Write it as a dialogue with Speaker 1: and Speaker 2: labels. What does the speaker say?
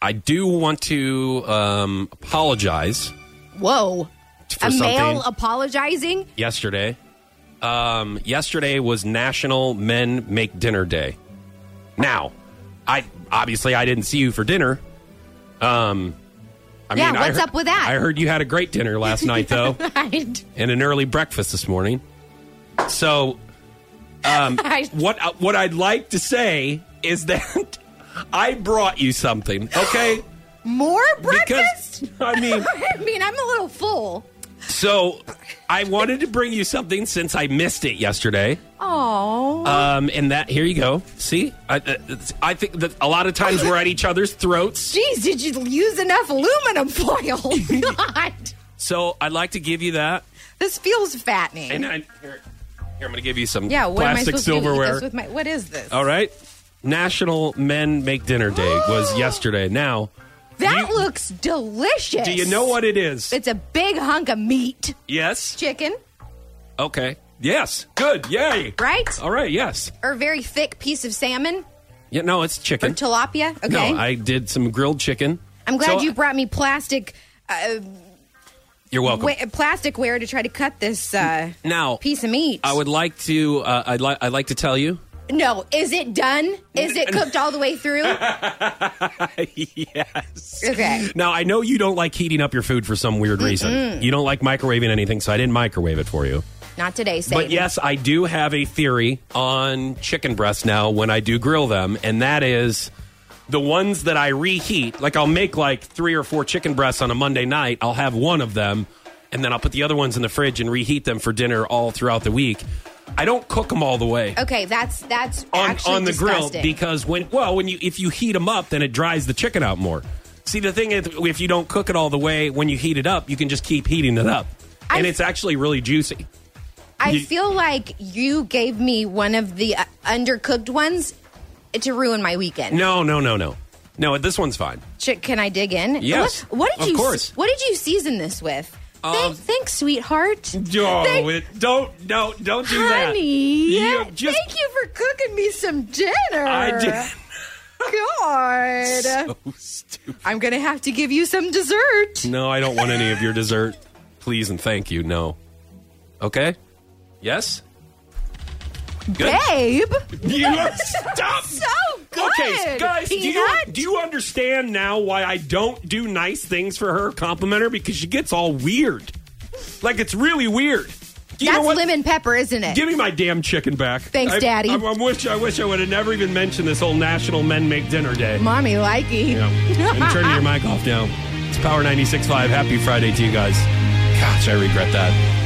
Speaker 1: I do want to um, apologize
Speaker 2: Whoa.
Speaker 1: for
Speaker 2: a
Speaker 1: something
Speaker 2: male apologizing?
Speaker 1: yesterday. Um, yesterday was National Men Make Dinner Day. Now, I obviously I didn't see you for dinner. Um, I
Speaker 2: Yeah,
Speaker 1: mean, I
Speaker 2: what's
Speaker 1: heard-
Speaker 2: up with that?
Speaker 1: I heard you had a great dinner last night, though,
Speaker 2: I,
Speaker 1: and an early breakfast this morning. So
Speaker 2: I,
Speaker 1: what uh, what I'd like to say is that I brought you something, okay?
Speaker 2: more breakfast?
Speaker 1: Because I mean,
Speaker 2: I mean, I'm a little full.
Speaker 1: so I wanted to bring you something since I missed it yesterday.
Speaker 2: Oh.
Speaker 1: Um, and that here you go. See, I, uh, it's- I think that a lot of times we're at each other's throats.
Speaker 2: Jeez, did you use enough aluminum foil? God.
Speaker 1: So I'd like to give you that.
Speaker 2: This feels fattening.
Speaker 1: And I, here, here I'm going to give you some
Speaker 2: yeah, what am I
Speaker 1: plastic
Speaker 2: supposed to do
Speaker 1: silverware. Uh,
Speaker 2: with this with my What is this?
Speaker 1: All right. National Men Make Dinner Day
Speaker 2: Oh!
Speaker 1: was yesterday. Now,
Speaker 2: that
Speaker 1: you-
Speaker 2: looks delicious.
Speaker 1: do you know what it is?
Speaker 2: It's a big hunk of meat.
Speaker 1: yes.
Speaker 2: Chicken,
Speaker 1: Okay. Yes. Good. Yay.
Speaker 2: right?
Speaker 1: All right. Yes.
Speaker 2: Or a very thick piece of salmon
Speaker 1: Yeah. No, it's
Speaker 2: or
Speaker 1: chicken.
Speaker 2: tilapia. Okay.
Speaker 1: No, I did some grilled chicken.
Speaker 2: am glad
Speaker 1: So-
Speaker 2: you brought me plastic uh,
Speaker 1: You're welcome.
Speaker 2: wa- plasticware to try to cut this uh,
Speaker 1: now,
Speaker 2: piece of meat.
Speaker 1: I would like to. Uh, I'd like. I'd like to tell you.
Speaker 2: No, is it done? Is it cooked all the way through?
Speaker 1: yes.
Speaker 2: Okay.
Speaker 1: Now I know you don't like heating up your food for some weird reason. You don't like microwaving anything, so I didn't microwave it for you.
Speaker 2: Not today, Satan.
Speaker 1: But yes, I do have a theory on chicken breasts now when I do grill them, and that is the ones that I reheat. Like I'll make like three or four chicken breasts on a Monday night. I'll have one of them, and then I'll put the other ones in the fridge and reheat them for dinner all throughout the week. I don't cook them all the way
Speaker 2: Okay, that's that's
Speaker 1: on
Speaker 2: actually
Speaker 1: on the grill
Speaker 2: disgusting.
Speaker 1: because when well when you if you heat them up then it dries the chicken out more. See the thing is if you don't cook it all the way when you heat it up you can just keep heating it up and
Speaker 2: I-
Speaker 1: it's actually really juicy.
Speaker 2: I
Speaker 1: you-
Speaker 2: feel like you gave me one of the uh, undercooked ones to ruin my weekend.
Speaker 1: No no no no no this one's fine.
Speaker 2: Ch- can I dig in?
Speaker 1: Yes,
Speaker 2: What, what did
Speaker 1: of
Speaker 2: you?
Speaker 1: course.
Speaker 2: What did you season this with?
Speaker 1: Um,
Speaker 2: Thank- thanks, sweetheart.
Speaker 1: No,
Speaker 2: Thank-
Speaker 1: it, don't no don't do that,
Speaker 2: honey.
Speaker 1: You just-
Speaker 2: thank you for cooking me some dinner.
Speaker 1: I did.
Speaker 2: God,
Speaker 1: So stupid.
Speaker 2: I'm gonna have to give you some dessert.
Speaker 1: No, I don't want any of your dessert. Please and thank you. No. Okay. Yes. Good.
Speaker 2: Babe.
Speaker 1: You stop.
Speaker 2: So good.
Speaker 1: Okay, guys, do you,
Speaker 2: Peanut.
Speaker 1: do you understand now why I don't do nice things for her, compliment her? Because she gets all weird. Like, it's really weird. You know
Speaker 2: That's
Speaker 1: what?
Speaker 2: lemon pepper, isn't it?
Speaker 1: Give me my damn chicken back.
Speaker 2: Thanks,
Speaker 1: I-
Speaker 2: Daddy.
Speaker 1: I, I wish, I wish I would have never even mentioned this whole National Men Make Dinner Day.
Speaker 2: Mommy likey.
Speaker 1: Yeah. and turn your mic off now. It's Power 96.5. Happy Friday to you guys. Gosh, I regret that.